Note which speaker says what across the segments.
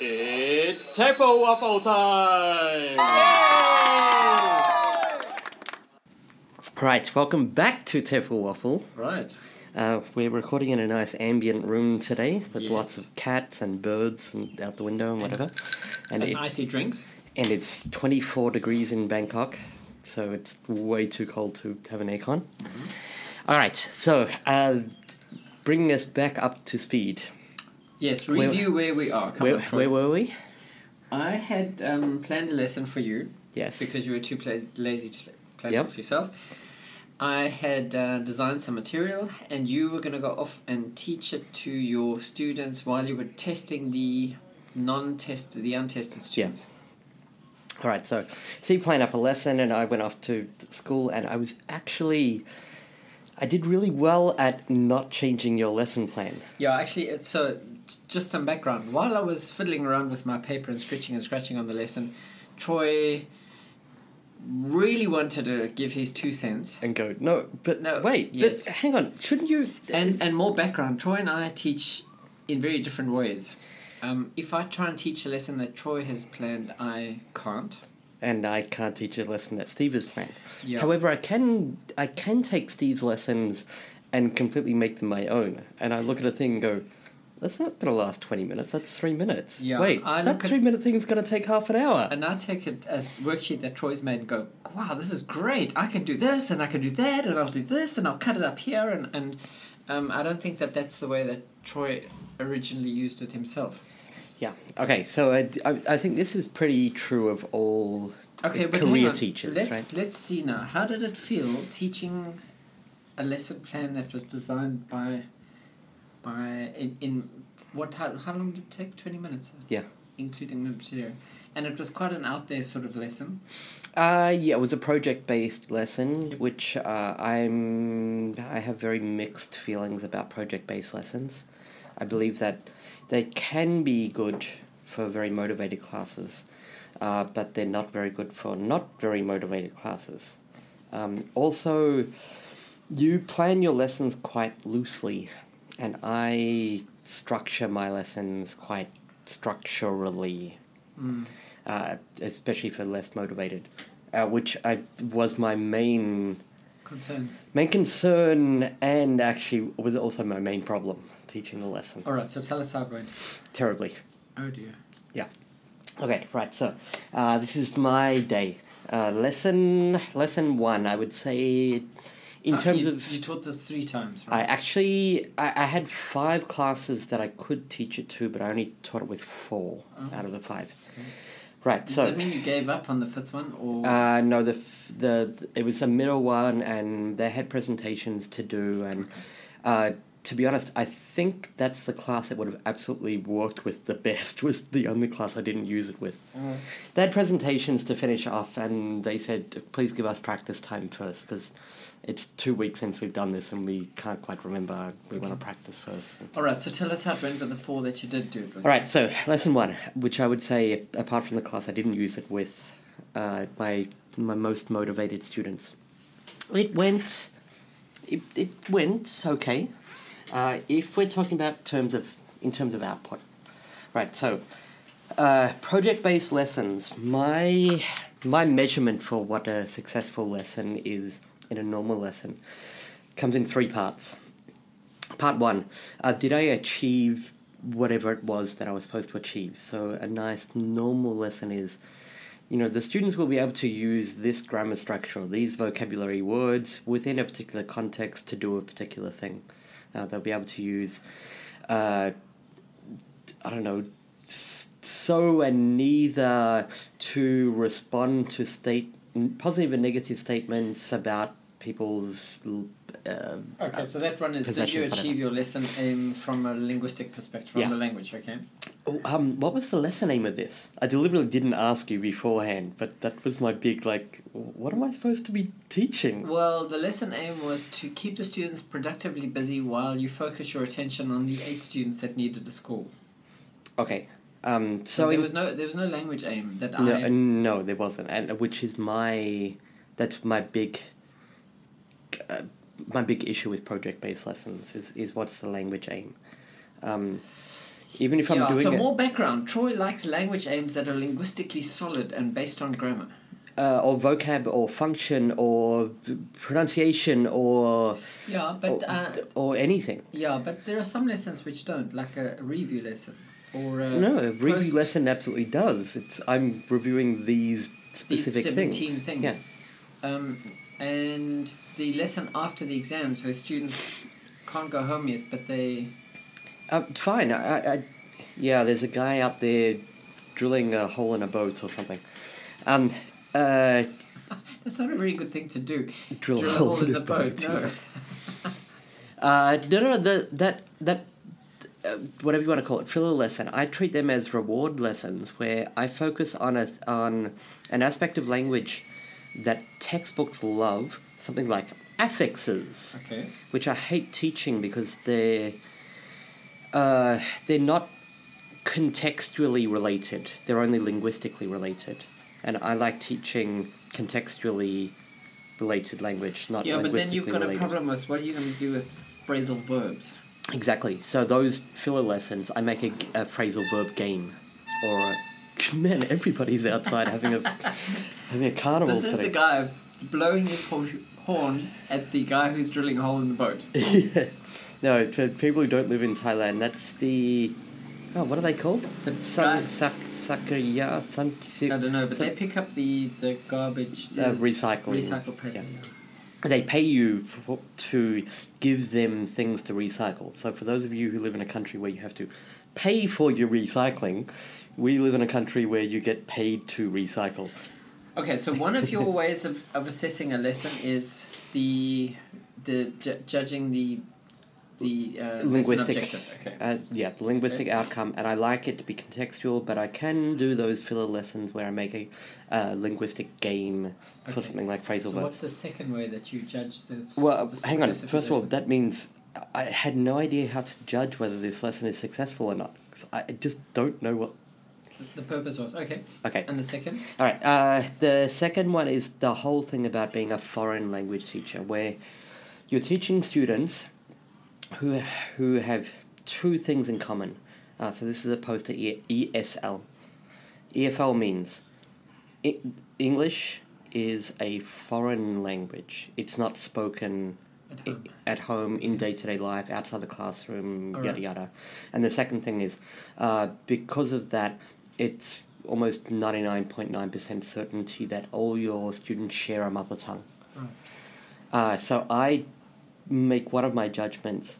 Speaker 1: It's Tempo Waffle time!
Speaker 2: Right, welcome back to Temple Waffle.
Speaker 1: Right.
Speaker 2: Uh, we're recording in a nice ambient room today with lots
Speaker 1: Yes.
Speaker 2: of cats and birds and out the window and whatever. And
Speaker 1: And
Speaker 2: it's
Speaker 1: icy drinks.
Speaker 2: and it's 24 degrees in Bangkok, so it's way too cold to have an aircon.
Speaker 1: Mm-hmm.
Speaker 2: All right, so uh, bringing us back up to speed.
Speaker 1: Yes, review where we are. Come
Speaker 2: Where,
Speaker 1: on, Troy.
Speaker 2: where were we?
Speaker 1: I had um, planned a lesson for you
Speaker 2: Yes.
Speaker 1: because you were too plaz- lazy to plan
Speaker 2: Yep.
Speaker 1: it for yourself. I had uh, designed some material, and you were going to go off and teach it to your students while you were testing the non-test, the untested students.
Speaker 2: All right, so she planned up a lesson, and I went off to school, and I was actually, I did really well at not changing your lesson plan.
Speaker 1: Yeah, actually, it's so j- just some background. While I was fiddling around with my paper and scratching and scratching on the lesson, Troy really wanted to give his two cents.
Speaker 2: and go, no, but
Speaker 1: No,
Speaker 2: wait,
Speaker 1: yes.
Speaker 2: but hang on, shouldn't you?
Speaker 1: And and more background. Troy and I teach in very different ways. Um, if I try and teach a lesson that Troy has planned, I can't.
Speaker 2: And I can't teach a lesson that Steve has planned.
Speaker 1: Yeah.
Speaker 2: However, I can I can take Steve's lessons and completely make them my own. And I look at a thing and go, that's not gonna last twenty minutes. That's three minutes.
Speaker 1: Yeah,
Speaker 2: Wait,
Speaker 1: I
Speaker 2: that
Speaker 1: look at-
Speaker 2: three minute thing's gonna take half an hour.
Speaker 1: And I take a, a worksheet that Troy's made and go, wow, this is great. I can do this and I can do that and I'll do this and I'll cut it up here. And, and um, I don't think that that's the way that Troy originally used it himself.
Speaker 2: Yeah. Okay. So I, I, I think this is pretty true of all
Speaker 1: Okay, but hang
Speaker 2: career
Speaker 1: on.
Speaker 2: teachers,
Speaker 1: Let's,
Speaker 2: right?
Speaker 1: let's see now. How did it feel teaching a lesson plan that was designed by, by in, in what how, how long did it take? Twenty minutes.
Speaker 2: Yeah.
Speaker 1: Including the material, and it was quite an out there sort of lesson.
Speaker 2: Uh, yeah, it was a project based lesson, which uh, I'm I have very mixed feelings about project based lessons. I believe that they can be good for very motivated classes, uh, but they're not very good for not very motivated classes. Um, also, you plan your lessons quite loosely, and I structure my lessons quite structurally uh, especially for less motivated, uh, which I was my main
Speaker 1: Concern.
Speaker 2: main concern and actually was also my main problem teaching the lesson
Speaker 1: All right, so tell us how it went.
Speaker 2: terribly.
Speaker 1: Oh dear.
Speaker 2: Yeah. Okay. Right. So, uh, this is my day. Uh, lesson lesson one. I would say, in
Speaker 1: Uh,
Speaker 2: terms
Speaker 1: you,
Speaker 2: of
Speaker 1: you taught this three times,
Speaker 2: I
Speaker 1: right?
Speaker 2: actually I, I had five classes that I could teach it to, but I only taught it with four out of the five. Right.
Speaker 1: Does
Speaker 2: so
Speaker 1: that mean Uh-huh. you gave up on the fifth one, or
Speaker 2: Uh, no, the, f- the it was a middle one, and they had presentations to do, and uh, to be honest, I think that's the class that would have absolutely worked with the best. Was the only class I didn't use it with. They had presentations to finish off, and they said, "Please give us practice time first, because it's two weeks since we've done this, and we can't quite remember. We want to practice first.
Speaker 1: all right? So tell us how it went with the four that you did do it with.
Speaker 2: All right, so lesson one, which I would say, apart from the class, I didn't use it with uh, my my most motivated students. It went, it, it went okay. Uh, if we're talking about terms of in terms of output, right? So, uh, project based lessons. My my measurement for what a successful lesson is in a normal lesson comes in three parts part one uh, did i achieve whatever it was that i was supposed to achieve so a nice normal lesson is you know the students will be able to use this grammar structure or these vocabulary words within a particular context to do a particular thing uh, they'll be able to use uh, I don't know, s- so and neither to respond to state n- positive and negative statements about people's. l- Uh,
Speaker 1: Okay, so that one is did
Speaker 2: Possession,
Speaker 1: you
Speaker 2: whatever.
Speaker 1: achieve your lesson aim from a linguistic perspective, from
Speaker 2: Yeah.
Speaker 1: the language, okay?
Speaker 2: oh, um, what was the lesson aim of this? I deliberately didn't ask you beforehand, but that was my big like. What am I supposed to be teaching?
Speaker 1: Well, the lesson aim was to keep the students productively busy while you focus your attention on the eight students that needed a school.
Speaker 2: Okay. Um, so
Speaker 1: So, there
Speaker 2: in-
Speaker 1: was no there was no language aim that
Speaker 2: No,
Speaker 1: I
Speaker 2: uh, no, there wasn't, and which is my that's my big uh, my big issue with project based lessons is, is what's the language aim. Um, even if
Speaker 1: yeah,
Speaker 2: I'm doing
Speaker 1: so
Speaker 2: it,
Speaker 1: more background. Troy likes language aims that are linguistically solid and based on grammar.
Speaker 2: uh, or vocab or function or pronunciation or
Speaker 1: Yeah,
Speaker 2: or,
Speaker 1: but uh,
Speaker 2: or anything.
Speaker 1: yeah, but there are some lessons which don't, like a review lesson or a
Speaker 2: No, a review
Speaker 1: post-
Speaker 2: lesson absolutely does. It's I'm reviewing these
Speaker 1: these
Speaker 2: specific
Speaker 1: seventeen things.
Speaker 2: Yeah.
Speaker 1: Um, and the lesson after the exams where students can't go home yet, but they
Speaker 2: Uh, fine. I, I, I, yeah, there's a guy out there drilling a hole in a boat or something. Um, uh,
Speaker 1: that's not a very good thing to do.
Speaker 2: drill,
Speaker 1: Drill a hole in the boat. No.
Speaker 2: Uh, no, no, no, the, that that uh, whatever you want to call it, filler lesson. I treat them as reward lessons where I focus on a on an aspect of language that textbooks love, something like affixes,
Speaker 1: Okay.
Speaker 2: which I hate teaching because they're uh, they're not contextually related. They're only linguistically related, and I like teaching contextually related language, not
Speaker 1: Yeah, but then
Speaker 2: linguistically
Speaker 1: you've got a
Speaker 2: related.
Speaker 1: problem with what are you going to do with phrasal verbs?
Speaker 2: Exactly. So those filler lessons, I make a, g- a phrasal verb game, or a, man, everybody's outside having a having a carnival
Speaker 1: This is the
Speaker 2: today.
Speaker 1: guy blowing his hor- horn at the guy who's drilling a hole in the boat.
Speaker 2: yeah. No, to people who don't live in Thailand, that's the oh, what are they called?
Speaker 1: The
Speaker 2: Sun,
Speaker 1: guy-
Speaker 2: sak, sakaya, sun, si-
Speaker 1: I don't know, but
Speaker 2: sun-
Speaker 1: they pick up the, the garbage, the
Speaker 2: uh, recycling.
Speaker 1: recycle paper.
Speaker 2: Yeah.
Speaker 1: yeah.
Speaker 2: They pay you for, to give them things to recycle. So for those of you who live in a country where you have to pay for your recycling, we live in a country where you get paid to recycle.
Speaker 1: Okay, so one of your ways of, of assessing a lesson is the the ju- judging the the uh, lesson
Speaker 2: Linguistic.
Speaker 1: objective. Okay.
Speaker 2: Uh, yeah, the linguistic outcome, and I like it to be contextual, but I can do those filler lessons where I make a uh, linguistic game for
Speaker 1: Okay.
Speaker 2: something like phrasal
Speaker 1: So
Speaker 2: verbs.
Speaker 1: what's the second way that you judge this?
Speaker 2: Well,
Speaker 1: the
Speaker 2: hang on.
Speaker 1: success
Speaker 2: First of all,
Speaker 1: a lesson?
Speaker 2: that means I had no idea how to judge whether this lesson is successful or not. 'cause I just don't know what.
Speaker 1: the purpose was okay,
Speaker 2: Okay,
Speaker 1: and the second.
Speaker 2: all right. Uh, the second one is the whole thing about being a foreign language teacher, where you're teaching students who who have two things in common. Uh, so this is opposed to e- ESL. EFL means E- English is a foreign language. It's not spoken
Speaker 1: At
Speaker 2: i-
Speaker 1: home.
Speaker 2: at home in day to day life, outside the classroom,
Speaker 1: Alright.
Speaker 2: yada yada. And the second thing is, uh, because of that, it's almost 99.9% certainty that all your students share a mother tongue.
Speaker 1: Right.
Speaker 2: Uh, so I make one of my judgments.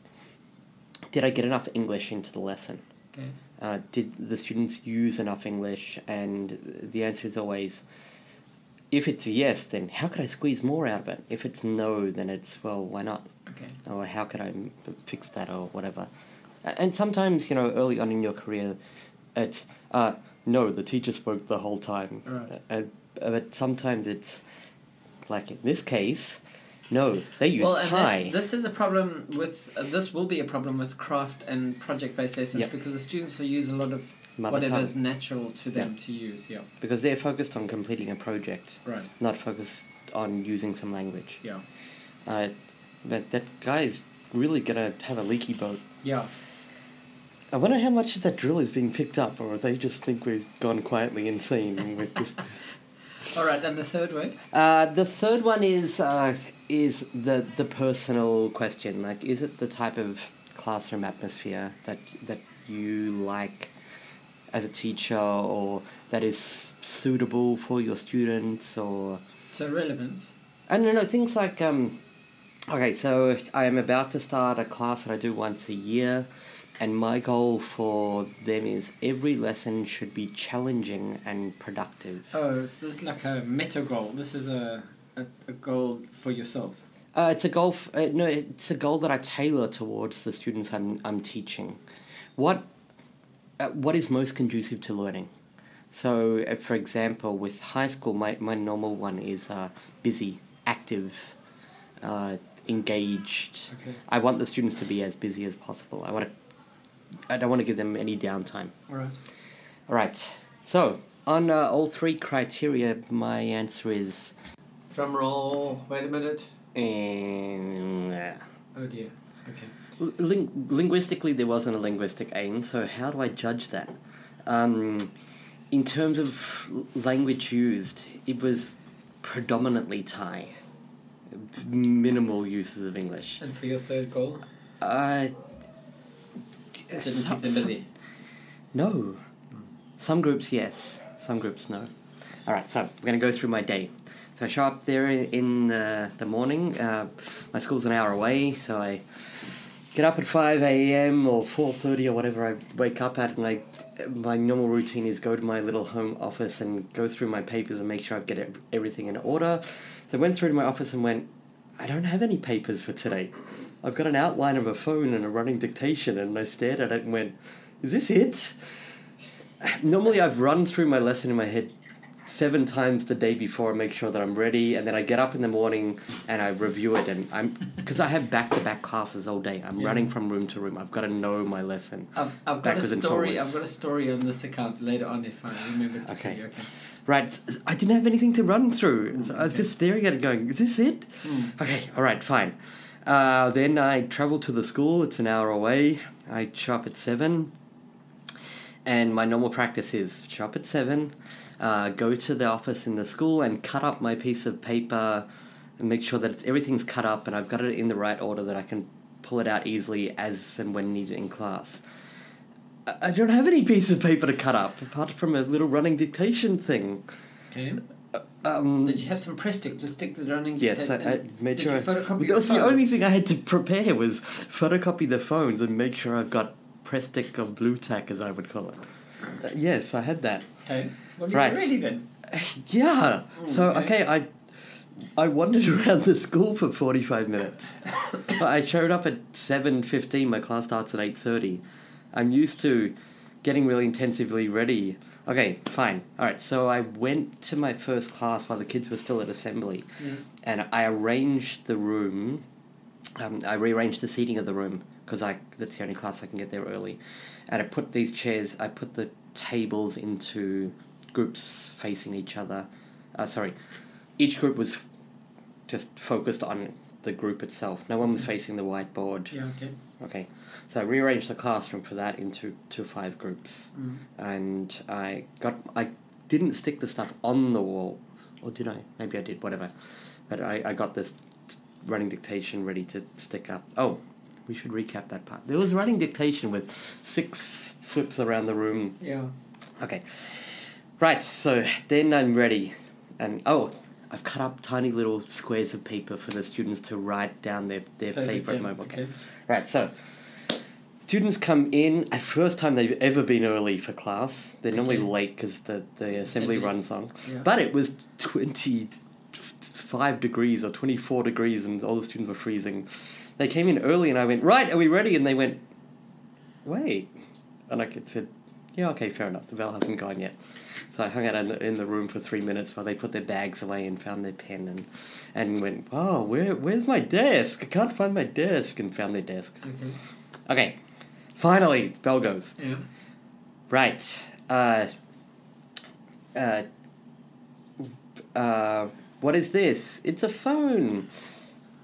Speaker 2: Did I get enough English into the lesson?
Speaker 1: Okay.
Speaker 2: Uh, did the students use enough English? And the answer is always, if it's yes, then how could I squeeze more out of it? If it's no, then it's, well, why not?
Speaker 1: Okay.
Speaker 2: Or how could I m- fix that or whatever? A- And sometimes, you know, early on in your career, it's, uh, no, the teacher spoke the whole time.
Speaker 1: Right.
Speaker 2: Uh, uh, but sometimes it's, like in this case, no, they used
Speaker 1: Well, and
Speaker 2: Thai.
Speaker 1: that- this is a problem with uh, this will be a problem with craft and project-based lessons
Speaker 2: Yep.
Speaker 1: because the students will use a lot of
Speaker 2: Mother
Speaker 1: what
Speaker 2: tongue.
Speaker 1: it is natural to them to use. Yeah.
Speaker 2: because they're focused on completing a project,
Speaker 1: Right.
Speaker 2: not focused on using some language.
Speaker 1: Yeah.
Speaker 2: Uh, but that guy is really gonna have a leaky boat.
Speaker 1: Yeah.
Speaker 2: I wonder how much of that drill is being picked up, or they just think we've gone quietly insane. and we're just-
Speaker 1: All right, and the third way.
Speaker 2: uh, the third one is uh, is the the personal question. Like, is it the type of classroom atmosphere that that you like as a teacher, or that is suitable for your students, or
Speaker 1: So relevance.
Speaker 2: I don't know, things like, um, okay, so I am about to start a class that I do once a year, and my goal for them is every lesson should be challenging and productive.
Speaker 1: Oh, so this is like a meta goal. This is a, a, a goal for yourself.
Speaker 2: Uh, it's a goal. F- uh, no, it's a goal that I tailor towards the students I'm I'm teaching. What uh, what is most conducive to learning? So, uh, for example, with high school, my, my normal one is uh, busy, active, uh, engaged.
Speaker 1: Okay.
Speaker 2: I want the students to be as busy as possible. I want to. I don't want to give them any downtime.
Speaker 1: All right.
Speaker 2: All right. So, on uh, all three criteria, my answer is
Speaker 1: Drum roll. Wait a minute.
Speaker 2: And uh,
Speaker 1: Oh dear. Okay.
Speaker 2: ling- linguistically, there wasn't a linguistic aim. So how do I judge that? Um, in terms of l- language used, it was predominantly Thai. Minimal uses of English.
Speaker 1: And for your third goal,
Speaker 2: Uh,
Speaker 1: didn't keep them busy.
Speaker 2: No. Some groups, yes. Some groups, no. All right, so we're going to go through my day. So I show up there in, in the, the morning. Uh, my school's an hour away, so I get up at 5 a.m. or 4.30 or whatever I wake up at, and I, my normal routine is go to my little home office and go through my papers and make sure I get ev- everything in order. So I went through to my office and went, I don't have any papers for today. I've got an outline of a phone and a running dictation, and I stared at it and went, Is this it? Normally, I've run through my lesson in my head seven times the day before, make sure that I'm ready, and then I get up in the morning and I review it. And I'm because I have back to back classes all day. I'm
Speaker 1: Yeah.
Speaker 2: running from room to room. I've got to know my lesson.
Speaker 1: I've, I've got a
Speaker 2: Backwards and
Speaker 1: story. I've
Speaker 2: forwards.
Speaker 1: got a story on this account later on if I remember to tell
Speaker 2: Okay.
Speaker 1: you. Okay.
Speaker 2: Right, s- I didn't have anything to run through. I was
Speaker 1: Mm, okay.
Speaker 2: just staring at it, going, "Is this it?"
Speaker 1: Mm.
Speaker 2: Okay, all right, fine. Uh, then I travel to the school. It's an hour away. I shop at seven, and my normal practice is shop at seven, uh, go to the office in the school and cut up my piece of paper, and make sure that it's, everything's cut up and I've got it in the right order that I can pull it out easily as and when needed in class. I- I don't have any piece of paper to cut up apart from a little running dictation thing.
Speaker 1: Okay.
Speaker 2: Um,
Speaker 1: Did you have some press stick? Just stick the running.
Speaker 2: Yes, I,
Speaker 1: and-
Speaker 2: I made
Speaker 1: did
Speaker 2: sure.
Speaker 1: You
Speaker 2: I-
Speaker 1: photocopy
Speaker 2: that was the
Speaker 1: your phone?
Speaker 2: only thing I had to prepare was photocopy the phones and make sure I've got Prestick or blue tack, as I would call it. Uh, yes, I had that.
Speaker 1: Okay. Well, you
Speaker 2: Right.
Speaker 1: were ready then.
Speaker 2: yeah.
Speaker 1: Mm,
Speaker 2: so
Speaker 1: okay.
Speaker 2: okay. I I wandered around the school for forty five minutes. but I showed up at seven fifteen. My class starts at eight thirty. I'm used to getting really intensively ready. Okay, fine. All right. So I went to my first class while the kids were still at assembly,
Speaker 1: Mm.
Speaker 2: and I arranged the room. Um, I rearranged the seating of the room because I that's the only class I can get there early, and I put these chairs. I put the tables into groups facing each other. Uh, sorry, each group was f- just focused on the group itself. No one was facing the whiteboard.
Speaker 1: Yeah. Okay.
Speaker 2: Okay, so I rearranged the classroom for that into to five groups,
Speaker 1: Mm.
Speaker 2: and I got I didn't stick the stuff on the wall, or did I? Maybe I did. Whatever, but I I got this running dictation ready to stick up. Oh, we should recap that part. There was a running dictation with six flips around the room
Speaker 1: Yeah.
Speaker 2: Okay. Right, so then I'm ready. And oh, I've cut up tiny little squares of paper for the students to write down their, their
Speaker 1: Perfect,
Speaker 2: favorite
Speaker 1: yeah,
Speaker 2: mobile game.
Speaker 1: Okay.
Speaker 2: Right, so students come in, uh, first time they've ever been early for class. They're normally
Speaker 1: Okay.
Speaker 2: late because the, the
Speaker 1: Assembly.
Speaker 2: assembly runs long.
Speaker 1: Yeah.
Speaker 2: But it was 25 degrees or 24 degrees, and all the students were freezing. They came in early, and I went, Right, are we ready? And they went, Wait. And I could- said, Yeah, okay, fair enough. The bell hasn't gone yet. So I hung out in the, in the room for three minutes while they put their bags away and found their pen and, and went, Oh, where, where's my desk? I can't find my desk. And found their desk.
Speaker 1: Okay.
Speaker 2: Okay, finally, bell goes.
Speaker 1: Yeah.
Speaker 2: Right. Uh, uh, uh, what is this? It's a phone.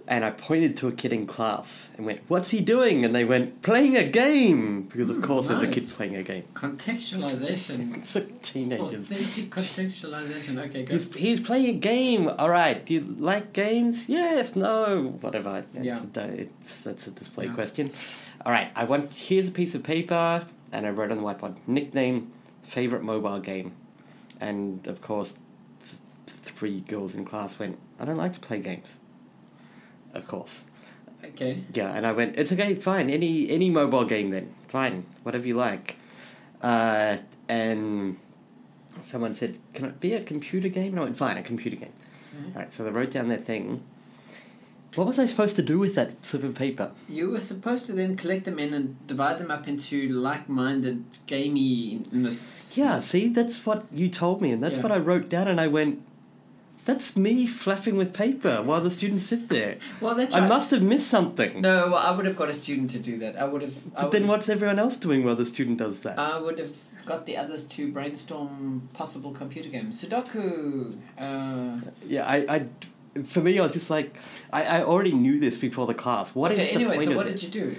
Speaker 2: And I pointed to a kid in class and went, What's he doing? And they went, Playing a game! Because, of
Speaker 1: Hmm,
Speaker 2: course, there's a kid
Speaker 1: nice. Oh,
Speaker 2: playing a game.
Speaker 1: Contextualization.
Speaker 2: It's like teenagers.
Speaker 1: Authentic contextualization. Okay. Good.
Speaker 2: He's, he's playing a game. All right. Do you like games? Yes. No. Whatever. It's
Speaker 1: Yeah.
Speaker 2: A, di- it's, that's a display
Speaker 1: Yeah.
Speaker 2: question. All right. I want. Here's a piece of paper, and I wrote on the whiteboard nickname, favorite mobile game, and of course, th- three girls in class went. I don't like to play games. Of course.
Speaker 1: Okay.
Speaker 2: Yeah, and I went, it's okay, fine, any any mobile game then, fine, whatever you like. Uh, and someone said, can it be a computer game? And I went, fine, a computer game.
Speaker 1: Mhm.
Speaker 2: All right, so they wrote down their thing. What was I supposed to do with that slip of paper?
Speaker 1: You were supposed to then collect them in and divide them up into like-minded gaminess.
Speaker 2: Yeah, see, that's what you told me, and that's
Speaker 1: Yeah.
Speaker 2: what I wrote down, and I went, that's me flapping with paper while the students sit there.
Speaker 1: Well, that's
Speaker 2: I
Speaker 1: right.
Speaker 2: must have missed something.
Speaker 1: No, well, I would have got a student to do that. I would have. I
Speaker 2: But then
Speaker 1: would-
Speaker 2: what's everyone else doing while the student does that?
Speaker 1: I would have got the others to brainstorm possible computer games. Sudoku. Uh,
Speaker 2: Yeah, I, I for me, I was just like, I, I already knew this before the class. What is
Speaker 1: okay,
Speaker 2: the
Speaker 1: anyway,
Speaker 2: point
Speaker 1: so
Speaker 2: of
Speaker 1: what
Speaker 2: this?
Speaker 1: did you do?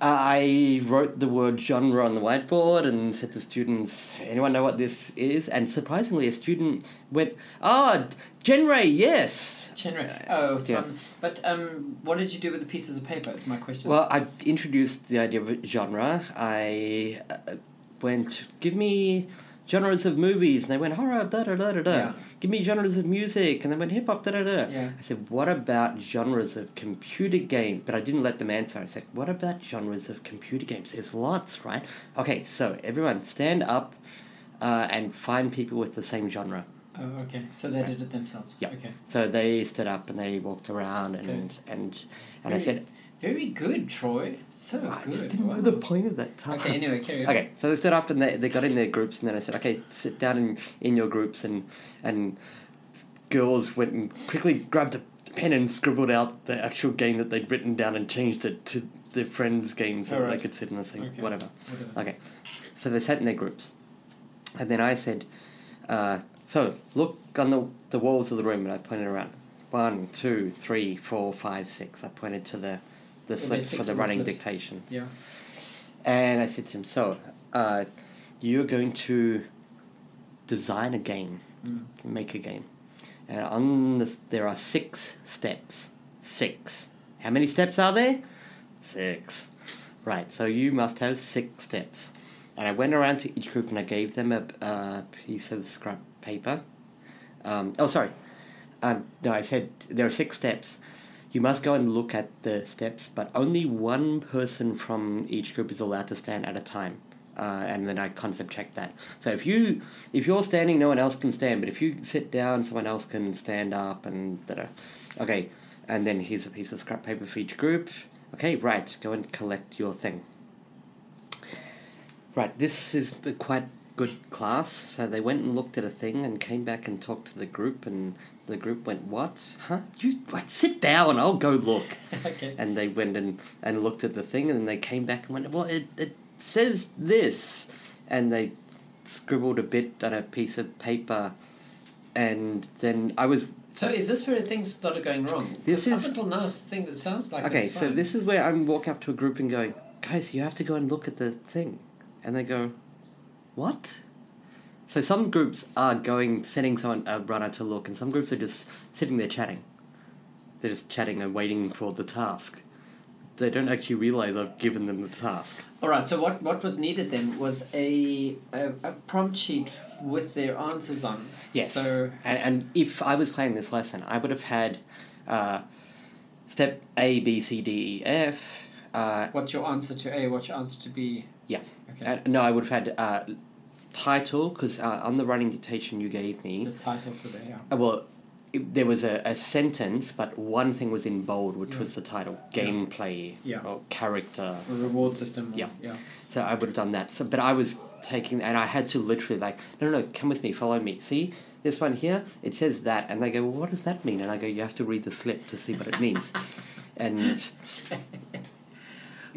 Speaker 2: I wrote the word genre on the whiteboard and said to students, anyone know what this is? And surprisingly, a student went, ah, genre, yes.
Speaker 1: Chinra. Oh, it's
Speaker 2: Uh, yeah.
Speaker 1: fun. But um, what did you do with the pieces of paper? Is my question.
Speaker 2: Well, I introduced the idea of genre. I uh, went, give me genres of movies. And they went, horror, da da da da da.
Speaker 1: Yeah.
Speaker 2: Give me genres of music. And they went, hip hop, da da da. da."
Speaker 1: Yeah.
Speaker 2: I said, what about genres of computer game? But I didn't let them answer. I said, what about genres of computer games? There's lots, right? Okay, so everyone stand up uh, and find people with the same genre.
Speaker 1: oh, okay. So they
Speaker 2: Right.
Speaker 1: did it themselves.
Speaker 2: Yeah.
Speaker 1: Okay.
Speaker 2: So they stood up and they walked around and, and, and, I
Speaker 1: Very-
Speaker 2: said,
Speaker 1: Very good, Troy. So
Speaker 2: I
Speaker 1: Oh, good.
Speaker 2: just didn't
Speaker 1: Wow.
Speaker 2: know the point of that time.
Speaker 1: Okay. Anyway, carry on.
Speaker 2: Okay, so they stood up and they, they got in their groups, and then I said, okay, sit down in, in your groups, and and girls went and quickly grabbed a pen and scribbled out the actual game that they'd written down and changed it to their friends' game so that
Speaker 1: Alright.
Speaker 2: they could sit in the same
Speaker 1: Okay.
Speaker 2: whatever.
Speaker 1: Whatever.
Speaker 2: Okay, so they sat in their groups, and then I said, uh, so look on the the walls of the room, and I pointed around. One, two, three, four, five, six. I pointed to the the slips
Speaker 1: basics
Speaker 2: for the
Speaker 1: of the
Speaker 2: running
Speaker 1: slips.
Speaker 2: dictation.
Speaker 1: Yeah.
Speaker 2: And I said to him, So, uh, you're going to design a game,
Speaker 1: Mm.
Speaker 2: make a game. And on the, there are six steps. Six. How many steps are there? Six. Right, so you must have six steps. And I went around to each group and I gave them a, a piece of scrap paper. Um, oh, sorry. Um, no, I said there are six steps. You must go and look at the steps, but only one person from each group is allowed to stand at a time. Uh, and then I concept check that. So if you if you're standing, no one else can stand. But if you sit down, someone else can stand up and da Okay, and then here's a piece of scrap paper for each group. Okay, right. Go and collect your thing. Right, this is a quite good class. So they went and looked at a thing and came back and talked to the group, and the group went, "What? Huh? You what, sit down. I'll go look."
Speaker 1: okay.
Speaker 2: And they went and and looked at the thing, and they came back and went, "Well, it it says this," and they scribbled a bit on a piece of paper, and then I was
Speaker 1: So is this where things started going wrong?
Speaker 2: This is-
Speaker 1: 'Cause up until now. it's Thing that sounds like
Speaker 2: Okay,
Speaker 1: it's
Speaker 2: so
Speaker 1: fine.
Speaker 2: this is where I'm walking up to a group and going, guys, you have to go and look at the thing, and they go, what? So some groups are going, sending someone a runner to look, and some groups are just sitting there chatting. They're just chatting and waiting for the task. They don't actually realize I've given them the task.
Speaker 1: All right. So what what was needed then was a a, a prompt sheet with their answers on.
Speaker 2: Yes.
Speaker 1: So
Speaker 2: and, and if I was playing this lesson, I would have had uh, step A, B, C, D, E, F. Uh,
Speaker 1: what's your answer to A? What's your answer to B?
Speaker 2: yeah.
Speaker 1: Okay.
Speaker 2: Uh, no, I would have had uh, title because uh, on the running dictation you gave
Speaker 1: the
Speaker 2: me,
Speaker 1: titles for the yeah.
Speaker 2: uh, well, it, there was a, a sentence, but one thing was in bold, which
Speaker 1: Yeah.
Speaker 2: was the title
Speaker 1: Yeah.
Speaker 2: gameplay
Speaker 1: Yeah.
Speaker 2: or character.
Speaker 1: A reward system. or-
Speaker 2: Yeah.
Speaker 1: Yeah.
Speaker 2: So I would have done that. So, but I was taking, and I had to literally like, no, no, no, come with me, follow me. See this one here? It says that, and they go, well, what does that mean? And I go, you have to read the slip to see what it means, and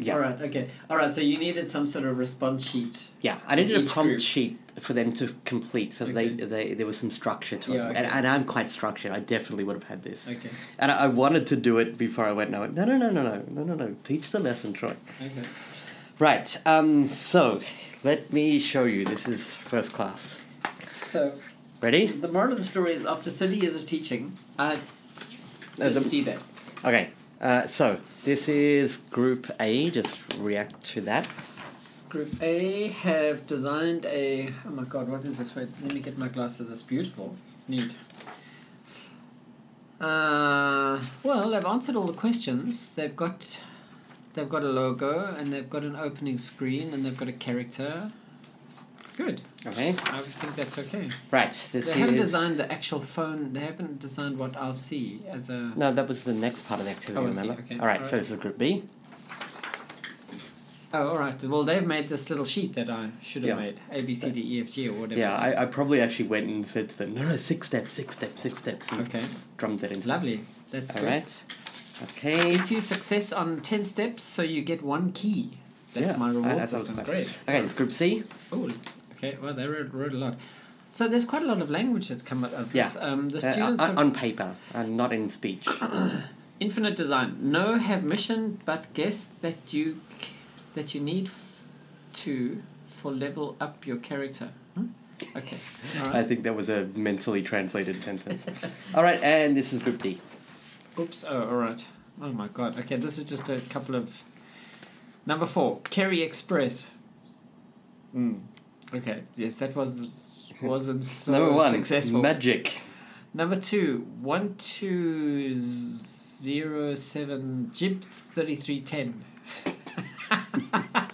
Speaker 2: yeah,
Speaker 1: All right. Okay. All right. So you needed some sort of response sheet.
Speaker 2: yeah. I needed a
Speaker 1: Each
Speaker 2: prompt
Speaker 1: group.
Speaker 2: sheet for them to complete, so they,
Speaker 1: Okay.
Speaker 2: they there was some structure to
Speaker 1: Yeah,
Speaker 2: it,
Speaker 1: okay.
Speaker 2: and, and I'm quite structured. I definitely would have had this,
Speaker 1: Okay.
Speaker 2: and I, I wanted to do it before I went. No, no, no, no, no, no, no, no, no. Teach the lesson, Troy.
Speaker 1: Okay.
Speaker 2: Right. Um. So, let me show you. This is first class.
Speaker 1: So
Speaker 2: Ready?
Speaker 1: the moral of the story is after thirty years of teaching, I
Speaker 2: No,
Speaker 1: didn't
Speaker 2: the-
Speaker 1: see that.
Speaker 2: Okay, uh, so this is Group A. Just react to that.
Speaker 1: Group A have designed a. Oh my god, what is this? Wait, let me get my glasses. It's beautiful. It's neat. Uh, well, they've answered all the questions. They've got, they've got a logo and they've got an opening screen and they've got a character. It's good.
Speaker 2: Okay,
Speaker 1: I think that's okay.
Speaker 2: right. This
Speaker 1: They
Speaker 2: is.
Speaker 1: haven't designed the actual phone. They haven't designed what I'll see as a.
Speaker 2: No, that was the next part of the activity.
Speaker 1: Oh, I see,
Speaker 2: remember?
Speaker 1: okay,
Speaker 2: All right,
Speaker 1: all
Speaker 2: so
Speaker 1: right.
Speaker 2: this is Group B.
Speaker 1: Oh, all right. Well, they've made this little sheet that I should have
Speaker 2: Yeah.
Speaker 1: made. A B C D E F G or whatever.
Speaker 2: Yeah, I, I probably actually went and said to them, "No, no, six steps, six steps, six steps," and
Speaker 1: okay.
Speaker 2: drummed it into.
Speaker 1: Lovely. That's
Speaker 2: All
Speaker 1: good.
Speaker 2: right. Okay.
Speaker 1: If you success on 10 steps, so you get one key. That's
Speaker 2: Yeah,
Speaker 1: my
Speaker 2: uh,
Speaker 1: reward
Speaker 2: that sounds
Speaker 1: system.
Speaker 2: quite-
Speaker 1: Great.
Speaker 2: Okay, Group C.
Speaker 1: Cool. Okay, well, they wrote, wrote a lot. So there's quite a lot of language that's come out of this.
Speaker 2: Yeah.
Speaker 1: Um, the
Speaker 2: Uh,
Speaker 1: students
Speaker 2: on,
Speaker 1: have
Speaker 2: on paper and not in speech.
Speaker 1: infinite design. No, have mission, but guess that you c- that you need f- to for level up your character. Hmm? Okay. All
Speaker 2: I
Speaker 1: right.
Speaker 2: think that was a mentally translated sentence. All right, and this is group D.
Speaker 1: Oops. Oh, all right. Oh my God. Okay, this is just a couple of. Number four, Kerry Express.
Speaker 2: Mm.
Speaker 1: Okay. Yes, that was wasn't so
Speaker 2: Number one,
Speaker 1: successful.
Speaker 2: magic.
Speaker 1: Number two, one two zero seven jib thirty three ten.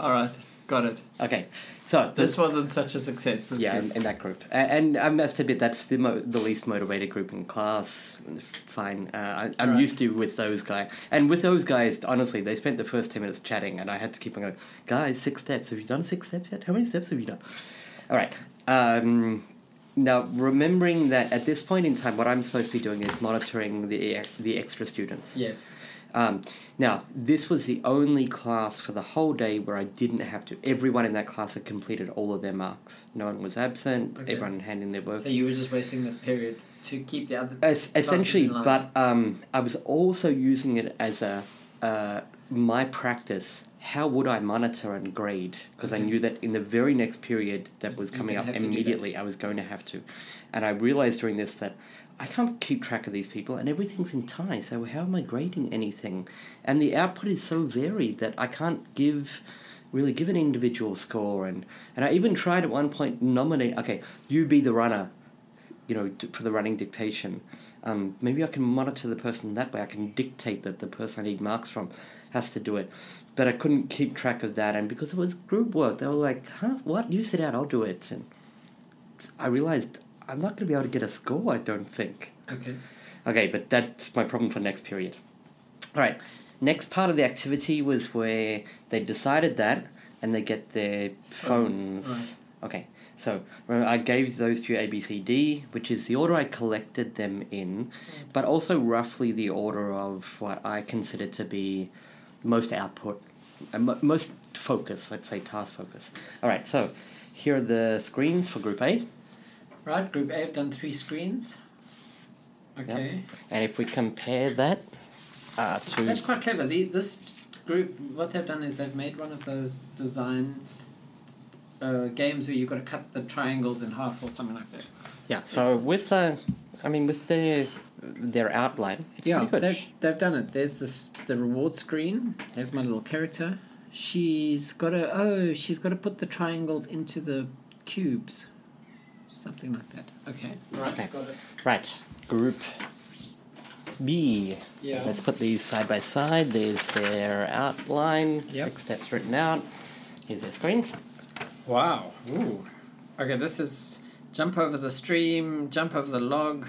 Speaker 1: All right, got it.
Speaker 2: Okay, so
Speaker 1: This wasn't such a success. This
Speaker 2: yeah,
Speaker 1: yeah,
Speaker 2: in, in that group, A- and I must admit that's the mo- the least motivated group in class. Fine, uh, I, I'm
Speaker 1: Right.
Speaker 2: used to with those guys, and with those guys, honestly, they spent the first ten minutes chatting, and I had to keep on going. Guys, six steps. Have you done six steps yet? How many steps have you done? All right. Um, now, remembering that at this point in time, what I'm supposed to be doing is monitoring the the extra students.
Speaker 1: Yes.
Speaker 2: Um, now, this was the only class for the whole day where I didn't have to. Everyone in that class had completed all of their marks. No one was absent.
Speaker 1: Okay.
Speaker 2: Everyone had handed in their work.
Speaker 1: So you were just wasting the period to keep the other.
Speaker 2: Es- essentially,
Speaker 1: classes in line.
Speaker 2: but um, I was also using it as a uh, my practice. How would I monitor and grade? Because
Speaker 1: Okay.
Speaker 2: I knew that in the very next period that was
Speaker 1: You're
Speaker 2: coming
Speaker 1: gonna
Speaker 2: up
Speaker 1: have to do that.
Speaker 2: immediately, I was going to have to. And I realized during this that I can't keep track of these people, and everything's in Thai. So how am I grading anything? And the output is so varied that I can't give really give an individual score and and I even tried at one point nominate okay you be the runner you know, d- for the running dictation. Um, maybe I can monitor the person that way. I can dictate that the person I need marks from has to do it. But I couldn't keep track of that. And because it was group work, they were like, huh, what? You sit out, I'll do it. And I realized I'm not going to be able to get a score, I don't think.
Speaker 1: okay.
Speaker 2: Okay, but that's my problem for next period. All right, next part of the activity was where they decided that and they get their phones. Okay, so remember I gave those to you A, B, C, D, which is the order I collected them in, but also roughly the order of what I consider to be most output, uh, mo- most focus, let's say task focus. All right, so here are the screens for Group A.
Speaker 1: Right, group A have done three screens. Okay.
Speaker 2: And if we compare that uh, to.
Speaker 1: That's quite clever. The, this group, what they've done is they've made one of those design uh, games where you've got to cut the triangles in half or something like that.
Speaker 2: Yeah. So with uh, I mean with their their outline, it's
Speaker 1: yeah,
Speaker 2: pretty good.
Speaker 1: they've, they've done it. There's this the reward screen. There's my little character. She's got to oh she's got to put the triangles into the cubes, something like that. Okay, right,
Speaker 2: Okay.
Speaker 1: got it.
Speaker 2: Right. Group B.
Speaker 1: Yeah.
Speaker 2: Let's put these side by side. There's their outline.
Speaker 1: Yep.
Speaker 2: Six steps written out. Here's their screens.
Speaker 1: Wow. Ooh. Okay, this is jump over the stream, jump over the log,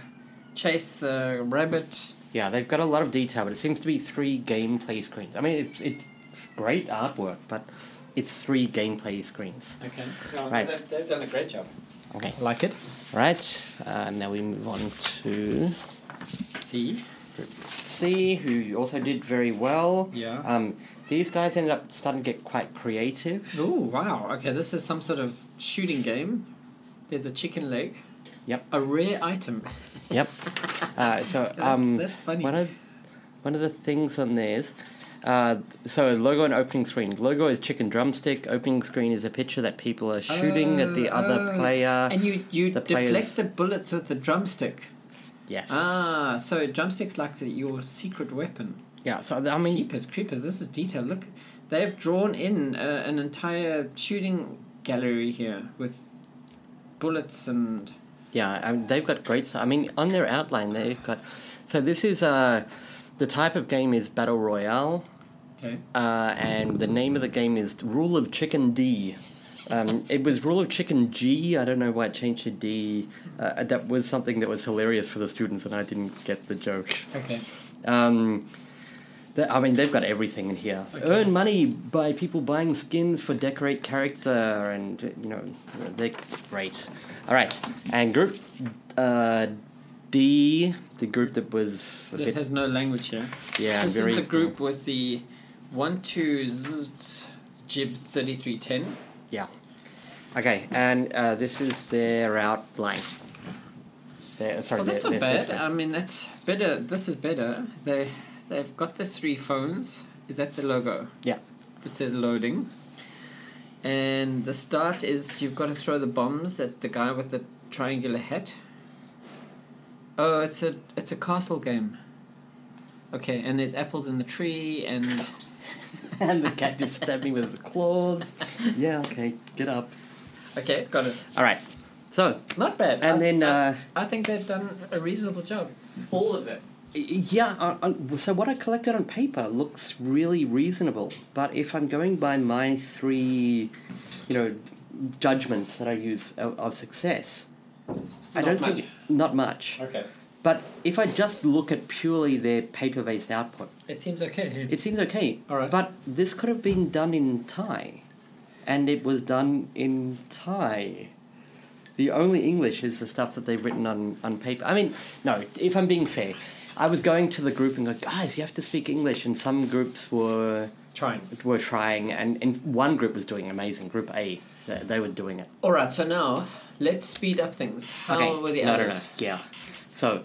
Speaker 1: chase the rabbit.
Speaker 2: Yeah, they've got a lot of detail, but it seems to be three gameplay screens. I mean, it's it's great artwork, but it's three gameplay screens.
Speaker 1: Okay.
Speaker 2: Right.
Speaker 1: They've, they've done a great job.
Speaker 2: Okay.
Speaker 1: Like it.
Speaker 2: Right. Uh, now we move on to
Speaker 1: See.
Speaker 2: C, who also did very well.
Speaker 1: Yeah.
Speaker 2: Um, these guys ended up starting to get quite creative.
Speaker 1: Oh wow! Okay, this is some sort of shooting game. There's a chicken leg.
Speaker 2: Yep.
Speaker 1: A rare item.
Speaker 2: Yep. Uh, so
Speaker 1: That's-
Speaker 2: um,
Speaker 1: that's funny.
Speaker 2: One of one of the things on theirs. Uh, so logo and opening screen. Logo is chicken drumstick. Opening screen is a picture that people are shooting at the
Speaker 1: Oh,
Speaker 2: other
Speaker 1: oh.
Speaker 2: player.
Speaker 1: And you you
Speaker 2: the
Speaker 1: deflect
Speaker 2: players-
Speaker 1: the bullets with the drumstick.
Speaker 2: yes.
Speaker 1: Ah, so drumsticks like the, your secret weapon.
Speaker 2: yeah. So I mean,
Speaker 1: Jeepers creepers! This is detail. Look, they've drawn in uh, an entire shooting gallery here with bullets and
Speaker 2: Yeah, I mean, they've got great. I mean, on their outline, they've got. So this is uh, the type of game is battle royale,
Speaker 1: okay.
Speaker 2: uh, and the name of the game is Rule of Chicken D. Um, it was Rule of Chicken G. I don't know why it changed to D. Uh, that was something that was hilarious for the students, and I didn't get the joke.
Speaker 1: Okay.
Speaker 2: Um, th- I mean, they've got everything in here.
Speaker 1: Okay.
Speaker 2: Earn money by people buying skins for decorate character, and you know they're great. All right, and group uh, D, the group that was a
Speaker 1: It
Speaker 2: bit
Speaker 1: has no language here.
Speaker 2: yeah
Speaker 1: this
Speaker 2: very
Speaker 1: is the group with the one two z- z- jib thirty three ten.
Speaker 2: yeah. Okay, and uh, this is their outline. Their, uh, sorry,
Speaker 1: Well, that's
Speaker 2: their,
Speaker 1: not
Speaker 2: their
Speaker 1: bad. Um,
Speaker 2: first
Speaker 1: I mean, that's better. This is better. They they've got the three phones. Is that the logo?
Speaker 2: Yeah.
Speaker 1: It says loading. And the start is you've got to throw the bombs at the guy with the triangular hat. Oh, it's a it's a castle game. Okay, and there's apples in the tree, and
Speaker 2: one. and the cat just stabbed me with the claws. Yeah, okay, get up.
Speaker 1: okay, got it.
Speaker 2: All right, so
Speaker 1: Not bad.
Speaker 2: and
Speaker 1: I-
Speaker 2: then.
Speaker 1: I-
Speaker 2: Uh,
Speaker 1: I think they've done a reasonable job. All of it.
Speaker 2: Yeah, uh, uh, so what I collected on paper looks really reasonable, but if I'm going by my three, you know, judgments that I use of, of success, I
Speaker 1: Not
Speaker 2: don't
Speaker 1: much.
Speaker 2: think not much.
Speaker 1: Okay.
Speaker 2: But if I just look at purely their paper-based output,
Speaker 1: It seems okay.
Speaker 2: it seems okay.
Speaker 1: All right.
Speaker 2: But this could have been done in Thai, and it was done in Thai. The only English is the stuff that they've written on, on paper. I mean, no, if I'm being fair, I was going to the group and going, guys, you have to speak English, and some groups were
Speaker 1: Trying.
Speaker 2: were trying, and, and one group was doing amazing. Group A, they, they were doing it.
Speaker 1: All right, so now let's speed up things. How were the
Speaker 2: no, no,
Speaker 1: others?
Speaker 2: no. Yeah. So,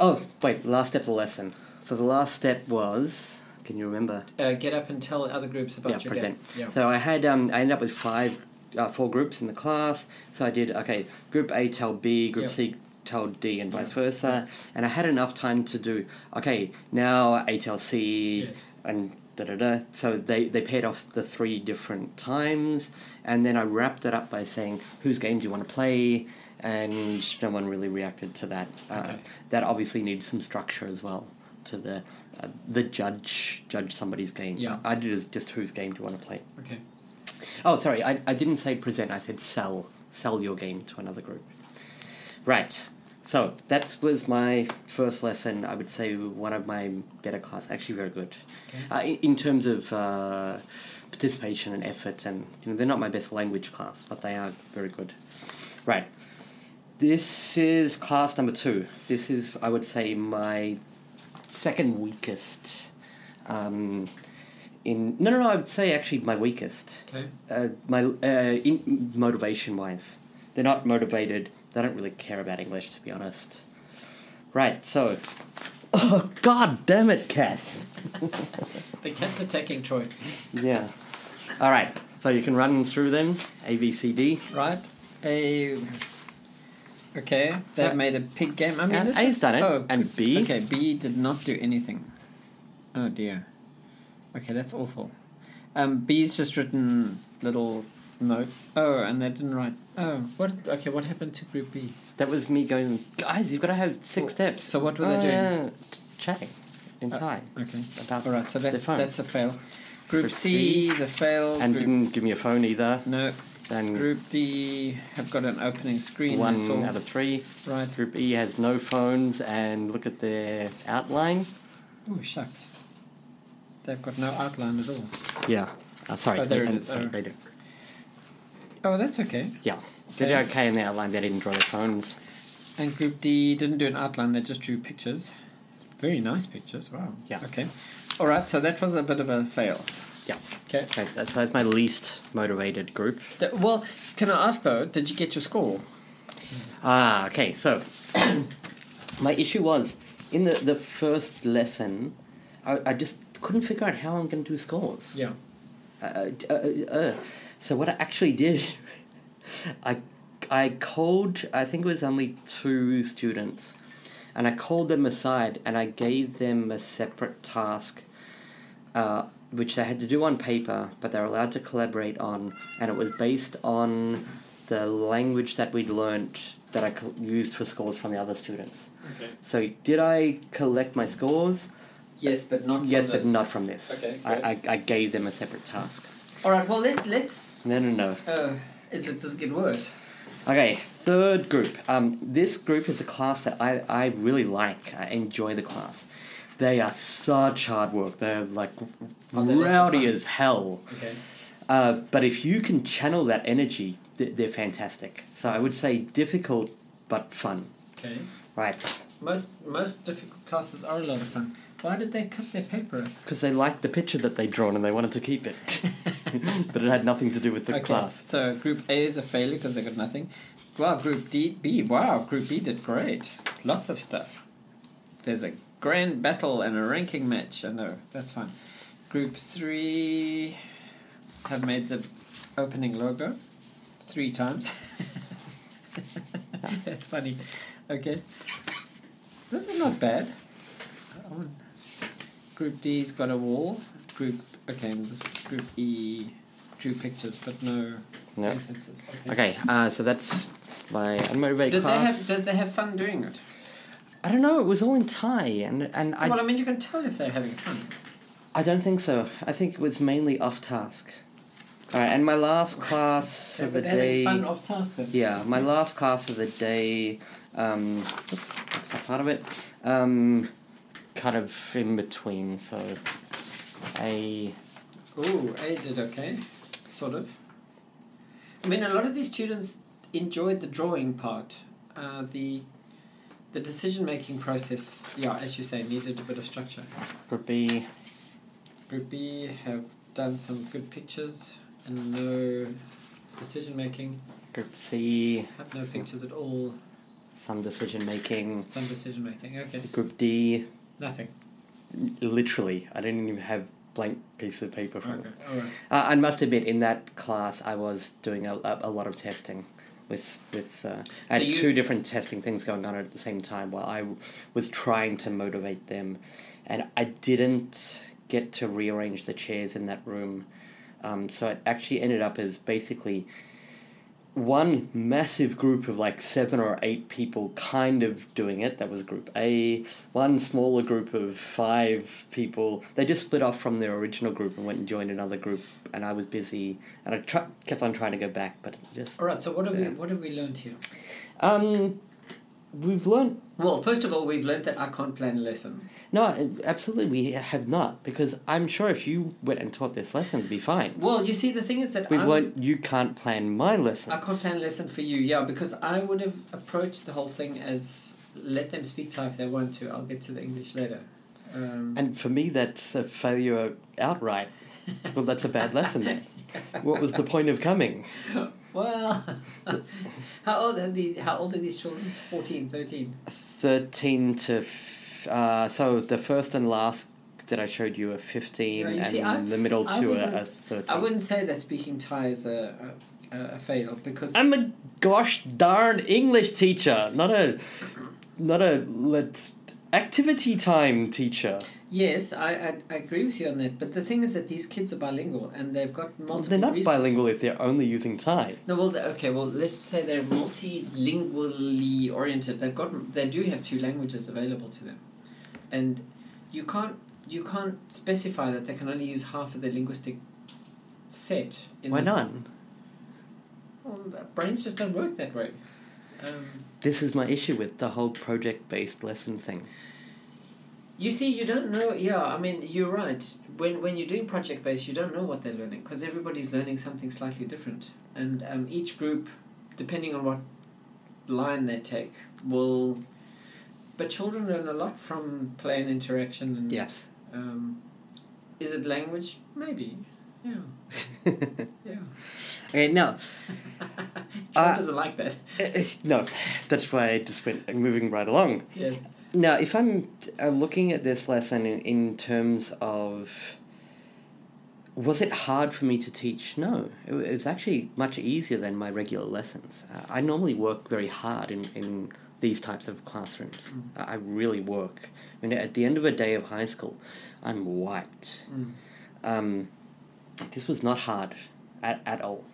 Speaker 2: oh wait, last step of the lesson. So the last step was, can you remember?
Speaker 1: Uh, get up and tell other groups about
Speaker 2: yeah,
Speaker 1: your
Speaker 2: present.
Speaker 1: game. Yeah.
Speaker 2: So I had um, I ended up with five, uh, four groups in the class. So I did okay. Group A tell B, group
Speaker 1: Yeah.
Speaker 2: C tell D, and vice
Speaker 1: Yeah.
Speaker 2: versa. And I had enough time to do okay. Now A tell C,
Speaker 1: Yes.
Speaker 2: and da da da. So they they paired off the three different times, and then I wrapped it up by saying whose game do you want to play. And no one really reacted to that. Uh,
Speaker 1: Okay.
Speaker 2: That obviously needs some structure as well to the uh, the judge judge somebody's game.
Speaker 1: Yeah.
Speaker 2: I did is just whose game do you want to play?
Speaker 1: Okay.
Speaker 2: Oh, sorry, I, I didn't say present, I said sell. Sell your game to another group. Right, so that was my first lesson. I would say one of my better class, actually very good. Uh, in, in terms of uh, participation and effort, and you know, they're not my best language class, but they are very good. Right, this is class number two. This is, I would say, my second weakest. Um, in no, no, no. I would say actually my weakest.
Speaker 1: Okay.
Speaker 2: Uh, my uh, in, motivation wise, they're not motivated. They don't really care about English, to be honest. Right. So, oh god damn it, cat.
Speaker 1: The cat's attacking Troy,
Speaker 2: Yeah. All right. So you can run through them. A B C D.
Speaker 1: right? A. Okay, they've
Speaker 2: So-
Speaker 1: made a pig game. I mean,
Speaker 2: And
Speaker 1: this
Speaker 2: Uh, A's
Speaker 1: is,
Speaker 2: done it,
Speaker 1: Oh,
Speaker 2: and B.
Speaker 1: Okay, B did not do anything. Oh dear. Okay, that's awful. Um, B's just written little notes. Oh, and they didn't write. Oh, what? Okay, what happened to Group B?
Speaker 2: That was me going. Guys, you've got to have six
Speaker 1: Well,
Speaker 2: steps.
Speaker 1: so what were they
Speaker 2: Oh,
Speaker 1: doing?
Speaker 2: yeah, t- chatting in
Speaker 1: Oh.
Speaker 2: Thai
Speaker 1: Okay.
Speaker 2: about
Speaker 1: All right, so that,
Speaker 2: their phone.
Speaker 1: that's a fail. Group,
Speaker 2: Group
Speaker 1: C
Speaker 2: C.
Speaker 1: is a fail.
Speaker 2: and
Speaker 1: group,
Speaker 2: didn't give me a phone either.
Speaker 1: no.
Speaker 2: And
Speaker 1: Group D have got an opening screen.
Speaker 2: one
Speaker 1: that's all.
Speaker 2: out of three.
Speaker 1: Right.
Speaker 2: Group E has no phones, and look at their outline.
Speaker 1: Oh shucks. They've got no outline at all.
Speaker 2: Yeah. Uh, sorry.
Speaker 1: Oh, there
Speaker 2: they,
Speaker 1: it
Speaker 2: and-
Speaker 1: is.
Speaker 2: sorry,
Speaker 1: Oh.
Speaker 2: they do.
Speaker 1: Oh, that's okay.
Speaker 2: Yeah. They did okay in the outline. They didn't draw their phones.
Speaker 1: And Group D didn't do an outline; they just drew pictures. Very nice pictures. Wow.
Speaker 2: Yeah.
Speaker 1: Okay. All right. So that was a bit of a fail.
Speaker 2: Yeah.
Speaker 1: Okay.
Speaker 2: Okay. That's, so that's my least motivated group.
Speaker 1: Th- well, can I ask though? Did you get your score?
Speaker 2: Ah, okay. So, my issue was in the, the first lesson, I, I just couldn't figure out how I'm going to do scores.
Speaker 1: Yeah.
Speaker 2: uh, uh, uh. So what I actually did, I I called. I think it was only two students, and I called them aside and I gave them a separate task, uh, which they had to do on paper, but they were allowed to collaborate on, and it was based on the language that we'd learnt that I co- used for scores from the other students.
Speaker 1: Okay.
Speaker 2: So did I collect my scores?
Speaker 1: Yes, but not.
Speaker 2: Yes, but not from this.
Speaker 1: Okay,
Speaker 2: I,
Speaker 1: good.
Speaker 2: I, I gave them a separate task.
Speaker 1: All right. Well, let's let's.
Speaker 2: No, no, no.
Speaker 1: Uh, is it does it get worse?
Speaker 2: Okay, third group. Um, this group is a class that I, I really like. I enjoy the class. They are such hard work. They're like
Speaker 1: Oh, they're
Speaker 2: rowdy
Speaker 1: fun.
Speaker 2: as hell.
Speaker 1: Okay.
Speaker 2: Uh, but if you can channel that energy, th- they're fantastic. So I would say difficult but fun.
Speaker 1: Okay.
Speaker 2: Right.
Speaker 1: Most most difficult classes are a lot of fun. Why did they cut their paper?
Speaker 2: Because they liked the picture that they'd drawn and they wanted to keep it. but it had nothing to do with the
Speaker 1: okay.
Speaker 2: class.
Speaker 1: So group A is a failure because they got nothing. Wow, group D, B. Wow, group B did great. Lots of stuff. There's a grand battle and a ranking match. I know that's fine. Group three have made the opening logo three times. that's funny. Okay. This is not bad. I want- Group D's got a wall. Group okay, and this is group E drew pictures but no,
Speaker 2: No.
Speaker 1: sentences.
Speaker 2: Okay, uh, so that's my unmotivated
Speaker 1: Did they
Speaker 2: class.
Speaker 1: have did they have fun doing it?
Speaker 2: I don't know. It was all in Thai, and and I
Speaker 1: well I mean you can tell if they're having fun.
Speaker 2: I don't think so. I think it was mainly off task. All right, and my last class
Speaker 1: They
Speaker 2: of the
Speaker 1: were having
Speaker 2: day.
Speaker 1: fun off task then.
Speaker 2: Yeah, my last class of the day, um, that's not part of it, um, kind of in between. So, I
Speaker 1: Ooh, A did okay. Sort of. I mean, a lot of these students enjoyed the drawing part. Uh, the the decision making process, yeah, as you say, needed a bit of structure.
Speaker 2: would be
Speaker 1: Group B have done some good pictures and no decision making.
Speaker 2: group C,
Speaker 1: Have no pictures at all.
Speaker 2: some decision making.
Speaker 1: Some decision making. Okay,
Speaker 2: Group D,
Speaker 1: nothing.
Speaker 2: literally, I didn't even have blank piece of paper from it.
Speaker 1: Okay, all right.
Speaker 2: Uh, I must admit, in that class, I was doing a, a, a lot of testing. With, with uh, I had
Speaker 1: So you-
Speaker 2: two different testing things going on at the same time while I was trying to motivate them, and I didn't get to rearrange the chairs in that room, um, so it actually ended up as basically one massive group of like seven or eight people kind of doing it. That was group A. One smaller group of five people. They just split off from their original group and went and joined another group. And I was busy, and I tr- kept on trying to go back, but it just
Speaker 1: All right. So what have
Speaker 2: Yeah.
Speaker 1: we what have we learned here?
Speaker 2: um, we've learned
Speaker 1: Well, first of all, we've learned that I can't plan a lesson.
Speaker 2: no, absolutely we have not because I'm sure if you went and taught this lesson, it'd be fine.
Speaker 1: Well, you see, the thing is that
Speaker 2: We've
Speaker 1: I'm,
Speaker 2: learned you can't plan my lessons.
Speaker 1: Um, I can't plan a lesson for you, yeah, because I would have approached the whole thing as let them speak Thai if they want to. I'll get to the English later. Um,
Speaker 2: And for me, that's a failure outright. Well, that's a bad lesson then. What was the point of coming?
Speaker 1: well, how old are the how old are these children? 14, 13.
Speaker 2: 13 to. F- uh, so the first and last that I showed you are 15,
Speaker 1: Yeah, you
Speaker 2: and
Speaker 1: see, I-
Speaker 2: the middle
Speaker 1: I
Speaker 2: two are,
Speaker 1: wouldn't-
Speaker 2: are
Speaker 1: I
Speaker 2: 13.
Speaker 1: wouldn't say that speaking Thai is a a, a fail because
Speaker 2: I'm a gosh darn English teacher, not a. Not a. Let's. Activity time teacher.
Speaker 1: yes, I, I I agree with you on that. But the thing is that these kids are bilingual and they've got
Speaker 2: Well,
Speaker 1: multiple.
Speaker 2: they're not
Speaker 1: resources.
Speaker 2: bilingual if they're only using Thai.
Speaker 1: No, well, the- okay, well, let's say they're multilingually oriented. They've got, they do have two languages available to them, and you can't, you can't specify that they can only use half of their linguistic set. In
Speaker 2: Why not?
Speaker 1: Well, brains just don't work that way. Um,
Speaker 2: This is my issue with the whole project based lesson thing.
Speaker 1: you see, you don't know. Yeah, I mean, you're right. When when you're doing project based, you don't know what they're learning because everybody's learning something slightly different, and um, each group, depending on what line they take, will. But children learn a lot from play and interaction. And,
Speaker 2: Yes.
Speaker 1: Um, is it language? Maybe. Yeah. Yeah.
Speaker 2: Okay, Uh, no,
Speaker 1: John
Speaker 2: Uh,
Speaker 1: doesn't like that.
Speaker 2: Uh, uh, no, that's why I just went uh, moving right along.
Speaker 1: Yes.
Speaker 2: Now, if I'm uh, looking at this lesson in, in terms of was it hard for me to teach? No, it, wa- it was actually much easier than my regular lessons. Uh, I normally work very hard in, in these types of classrooms.
Speaker 1: Mm.
Speaker 2: I I really work. I mean, at the end of a day of high school, I'm wiped.
Speaker 1: Mm.
Speaker 2: Um, this was not hard at, at all.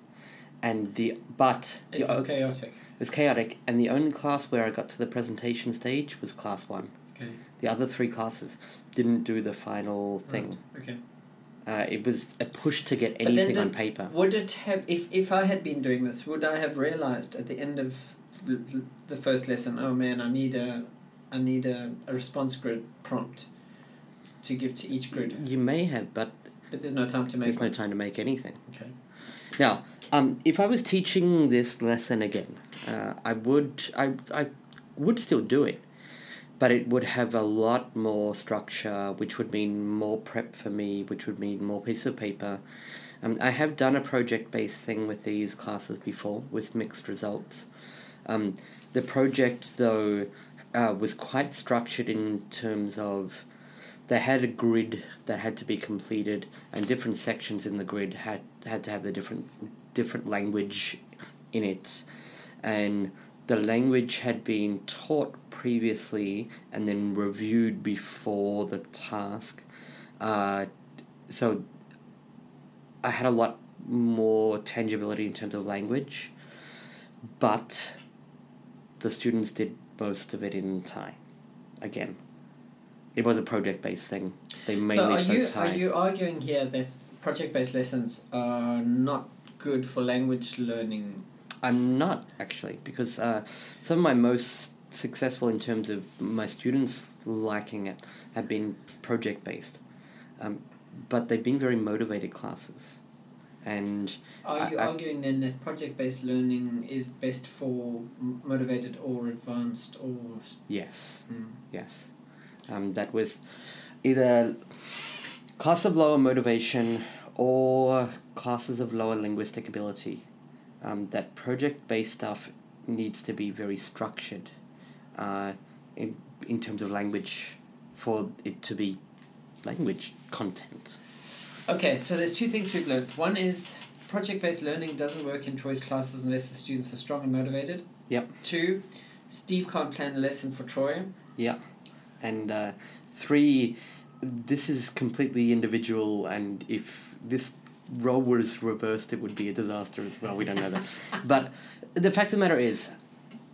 Speaker 2: And the but
Speaker 1: It
Speaker 2: the
Speaker 1: was
Speaker 2: o-
Speaker 1: chaotic.
Speaker 2: it was chaotic, and the only class where I got to the presentation stage was class one.
Speaker 1: Okay.
Speaker 2: The other three classes didn't do the final thing.
Speaker 1: Right. Okay.
Speaker 2: Uh, it was a push to get
Speaker 1: then
Speaker 2: anything on
Speaker 1: the-
Speaker 2: paper.
Speaker 1: Would it have if if I had been doing this? Would I have realized at the end of l- l- the first lesson? Oh man, I need a, I need a, a response grid prompt, to give to each grid.
Speaker 2: You may have, but
Speaker 1: But there's no time to make.
Speaker 2: there's no
Speaker 1: one.
Speaker 2: time to make anything.
Speaker 1: Okay.
Speaker 2: Now, um, if I was teaching this lesson again, uh, I would I, I would still do it, but it would have a lot more structure, which would mean more prep for me, which would mean more piece of paper. Um, I have done a project based thing with these classes before with mixed results. Um, the project, though, uh, was quite structured in terms of they had a grid that had to be completed, and different sections in the grid had, had to have the different different language in it, and the language had been taught previously and then reviewed before the task. Uh, so I had a lot more tangibility in terms of language, but the students did most of it in Thai. Again, it was a project based thing. They
Speaker 1: so
Speaker 2: mainly
Speaker 1: are
Speaker 2: spoke
Speaker 1: you
Speaker 2: Thai.
Speaker 1: are you arguing here that project based lessons are not good for language learning?
Speaker 2: I'm not actually because uh, some of my most successful in terms of my students liking it have been project based, um, but they've been very motivated classes, and
Speaker 1: Are
Speaker 2: I-
Speaker 1: you
Speaker 2: I-
Speaker 1: arguing then that project based learning is best for m- motivated or advanced or? s-
Speaker 2: yes,
Speaker 1: Mm.
Speaker 2: yes, um, that was either class of lower motivation or classes of lower linguistic ability. Um, that project based stuff needs to be very structured uh, in, in terms of language for it to be language content.
Speaker 1: Okay, so there's two things we've learned. One is project based learning doesn't work in choice classes unless the students are strong and motivated.
Speaker 2: Yep.
Speaker 1: Two, Steve can't plan a lesson for Troy.
Speaker 2: And uh, three, this is completely individual, and if this role was reversed, it would be a disaster as well. We don't know that. but the fact of the matter is,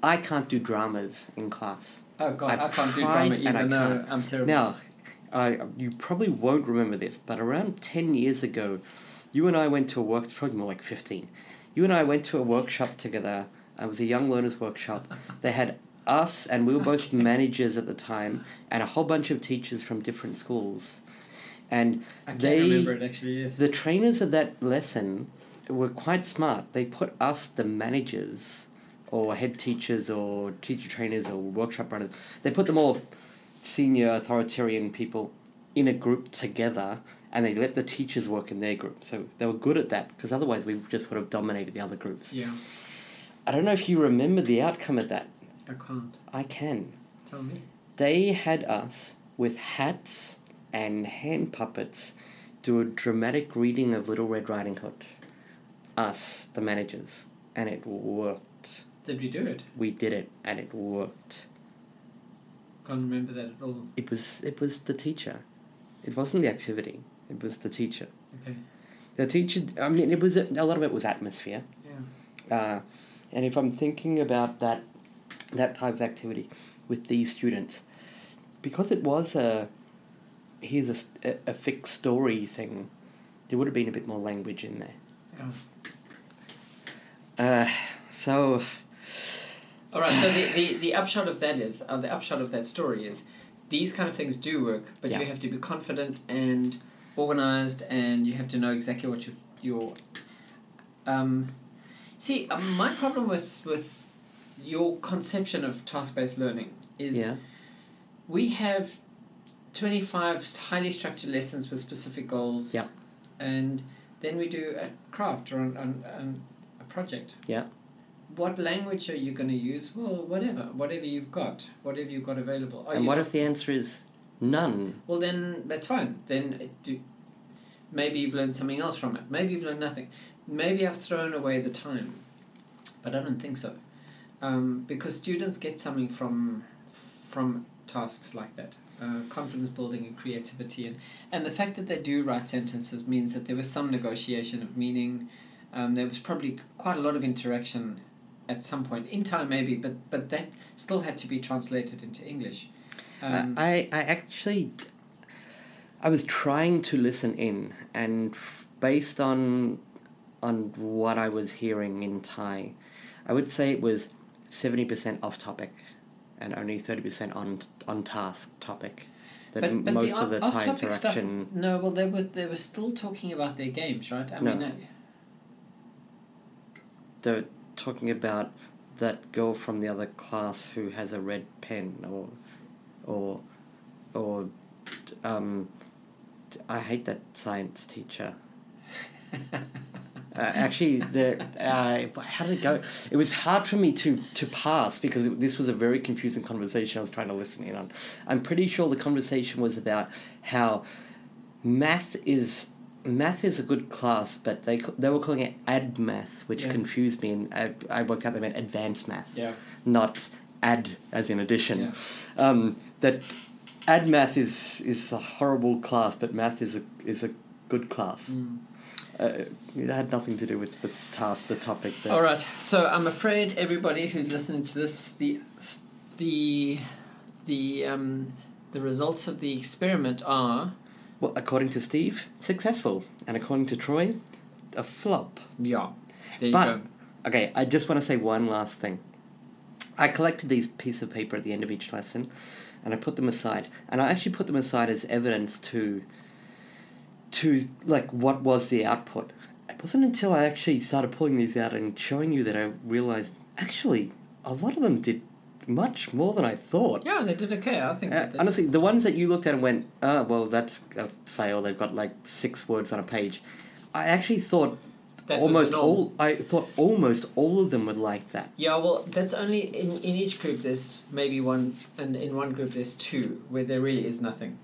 Speaker 2: I can't do dramas in class.
Speaker 1: Oh god,
Speaker 2: I
Speaker 1: I, can't do
Speaker 2: tried
Speaker 1: drama
Speaker 2: and I
Speaker 1: even though I'm terrible.
Speaker 2: Now, I, you probably won't remember this, but around 10 years ago, you and I went to a work, it's probably more like 15. You and I went to a workshop together. It was a young learners workshop. They had us, and we were both managers at the time, and a whole bunch of teachers from different schools. And
Speaker 1: I can't
Speaker 2: they-
Speaker 1: remember it actually, yes.
Speaker 2: the trainers of that lesson were quite smart. They put us, the managers, or head teachers, or teacher trainers, or workshop runners, they put them all, senior authoritarian people, in a group together, and they let the teachers work in their group. So they were good at that, because otherwise we just would have dominated the other groups.
Speaker 1: Yeah,
Speaker 2: I don't know if you remember the outcome of that.
Speaker 1: I can't.
Speaker 2: I can.
Speaker 1: Tell me.
Speaker 2: They had us with hats and hand puppets do a dramatic reading of Little Red Riding Hood. Us, the managers. And it worked.
Speaker 1: Did we do it?
Speaker 2: We did it and it worked.
Speaker 1: Can't remember that at all.
Speaker 2: It was it was the teacher. It wasn't the activity. It was the teacher.
Speaker 1: Okay.
Speaker 2: The teacher I mean it was a lot of it was atmosphere.
Speaker 1: Yeah.
Speaker 2: Uh, and if I'm thinking about that that type of activity with these students, because it was a here's a, s- a- a fixed story thing, there would have been a bit more language in there.
Speaker 1: Yeah.
Speaker 2: Uh, so
Speaker 1: All right. So the, the, the upshot of that is, uh, the upshot of that story is, these kind of things do work, but
Speaker 2: Yeah.
Speaker 1: you have to be confident and organized, and you have to know exactly what you your. Um, see, um, my problem with with your conception of task based learning is
Speaker 2: yeah,
Speaker 1: we have 25 highly structured lessons with specific goals.
Speaker 2: Yeah.
Speaker 1: And then we do a craft or an, an, an, a project.
Speaker 2: Yeah.
Speaker 1: What language are you going to use? Well, whatever. Whatever you've got. Whatever you've got available. Are
Speaker 2: and
Speaker 1: you
Speaker 2: what
Speaker 1: not-
Speaker 2: if the answer is none?
Speaker 1: Well, then that's fine. Then it do, maybe you've learned something else from it. Maybe you've learned nothing. Maybe I've thrown away the time. But I don't think so. Um, because students get something from from tasks like that. Uh, confidence building and creativity and, and the fact that they do write sentences means that there was some negotiation of meaning um, there was probably quite a lot of interaction at some point in time maybe but but that still had to be translated into english um,
Speaker 2: I, I I actually I was trying to listen in, and f- based on on what I was hearing in Thai, I would say it was seventy percent off topic, and only thirty percent on on task topic. That m- most of the
Speaker 1: off-
Speaker 2: Thai
Speaker 1: off-topic
Speaker 2: interaction.
Speaker 1: Stuff, no, well, they were they were still talking about their games, right? I
Speaker 2: No.
Speaker 1: mean, uh,
Speaker 2: They're talking about that girl from the other class who has a red pen, or or or um, I hate that science teacher. Uh, actually, the uh, how did it go? It was hard for me to to pass because it, this was a very confusing conversation. I was trying to listen in on. I'm pretty sure the conversation was about how math is math is a good class, but they ca- they were calling it ad math, which
Speaker 1: Yeah.
Speaker 2: confused me, and I, I worked out they meant advanced math,
Speaker 1: Yeah.
Speaker 2: not ad as in addition.
Speaker 1: Yeah.
Speaker 2: Um, that ad math is is a horrible class, but math is a is a good class.
Speaker 1: Mm.
Speaker 2: Uh, it had nothing to do with the task, the topic. The,
Speaker 1: All right. So I'm afraid everybody who's listening to this, the the the um, the results of the experiment are
Speaker 2: Well, according to Steve, successful, and according to Troy, a flop.
Speaker 1: yeah. There you
Speaker 2: But
Speaker 1: go.
Speaker 2: okay, I just want to say one last thing. I collected these pieces of paper at the end of each lesson, and I put them aside, and I actually put them aside as evidence to. To like what was the output? It wasn't until I actually started pulling these out and showing you that I realized actually a lot of them did much more than I thought.
Speaker 1: Yeah, they did okay. I think.
Speaker 2: Uh,
Speaker 1: that they-
Speaker 2: honestly, the ones that you looked at and went, "Ah, well, that's a fail. They've got like six words on a page." I actually thought
Speaker 1: That was
Speaker 2: almost
Speaker 1: the norm.
Speaker 2: all. I thought almost all of them were like that.
Speaker 1: Yeah, well, that's only in, in each group. There's maybe one, and in one group there's two where there really is nothing.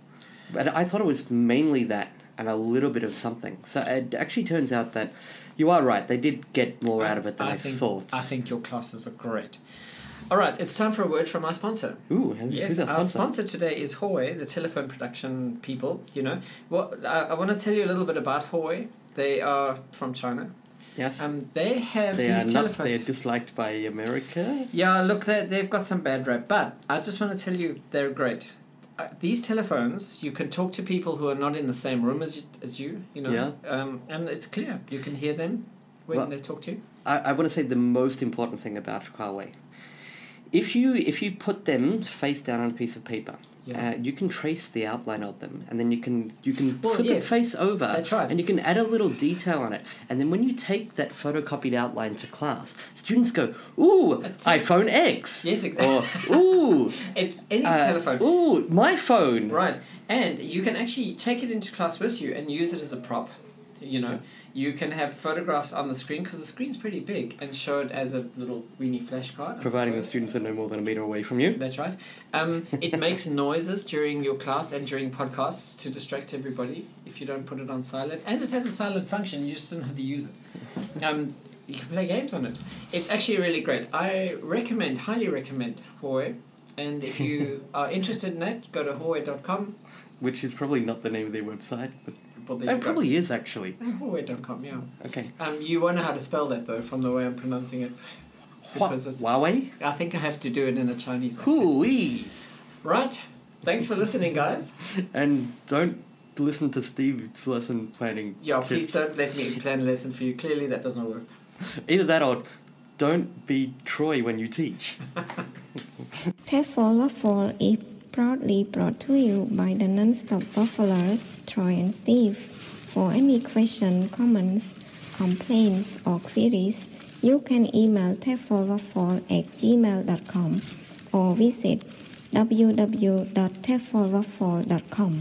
Speaker 2: But I thought it was mainly that and a little bit of something. So it actually turns out that you are right. They did get more out of it than I,
Speaker 1: think,
Speaker 2: thought.
Speaker 1: I think your classes are great. All right, it's time for a word from our sponsor.
Speaker 2: Ooh, who-
Speaker 1: Yes,
Speaker 2: who's our
Speaker 1: our
Speaker 2: sponsor?
Speaker 1: sponsor today is Huawei, the telephone production people. You know, what I, I want to tell you a little bit about Huawei. They are from China.
Speaker 2: Yes,
Speaker 1: Um, they have
Speaker 2: they are
Speaker 1: these
Speaker 2: not.
Speaker 1: telephones.
Speaker 2: They are disliked by America.
Speaker 1: Yeah, look, they they've got some bad rap, but I just want to tell you they're great. Uh, these telephones, you can talk to people who are not in the same room as you, as you, you know.
Speaker 2: Yeah.
Speaker 1: Um, and it's clear you can hear them when
Speaker 2: Well-
Speaker 1: they talk to you.
Speaker 2: I, I want to say the most important thing about Huawei. If you if you put them face down on a piece of paper,
Speaker 1: Yeah.
Speaker 2: uh, you can trace the outline of them, and then you can you can
Speaker 1: Well,
Speaker 2: flip
Speaker 1: yes.
Speaker 2: it face over,
Speaker 1: That's right.
Speaker 2: and you can add a little detail on it. And then when you take that photocopied outline to class, students go, "Ooh,
Speaker 1: That's it.
Speaker 2: iPhone X."
Speaker 1: Yes, exactly.
Speaker 2: Or ooh,
Speaker 1: It's any
Speaker 2: uh,
Speaker 1: telephone.
Speaker 2: ooh, my phone.
Speaker 1: Right, and you can actually take it into class with you and use it as a prop. You know, you can have photographs on the screen because the screen's pretty big, and show it as a little weenie flashcard. I
Speaker 2: Providing the
Speaker 1: suppose.
Speaker 2: students are no more than a meter away from you.
Speaker 1: That's right. Um, it makes noises during your class and during podcasts to distract everybody if you don't put it on silent. And it has a silent function, you just don't know how to use it. Um, you can play games on it. It's actually really great. I recommend, highly recommend Huawei. And if you are interested in that, go to Huawei.com.
Speaker 2: Which is probably not the name of their website, but
Speaker 1: Well, there you
Speaker 2: it
Speaker 1: go.
Speaker 2: probably is actually.
Speaker 1: Uh, Huawei.com, yeah.
Speaker 2: Okay.
Speaker 1: Um, you won't know how to spell that though from the way I'm pronouncing it.
Speaker 2: Hua-
Speaker 1: Because it's,
Speaker 2: Huawei.
Speaker 1: I think I have to do it in a Chinese accent.
Speaker 2: Hoo-wee.
Speaker 1: Right. Thanks for listening, guys.
Speaker 2: And don't listen to Steve's lesson planning.
Speaker 1: Yeah,
Speaker 2: tips.
Speaker 1: please don't let me plan a lesson for you. Clearly, that doesn't work.
Speaker 2: Either that or don't be Troy when you teach.
Speaker 3: Therefore, Waffle is proudly brought to you by the non-stop wafflers Troy and Steve. For any question, comments, complaints, or queries, you can email waffle at gmail.com or visit www.teflwaffle.com.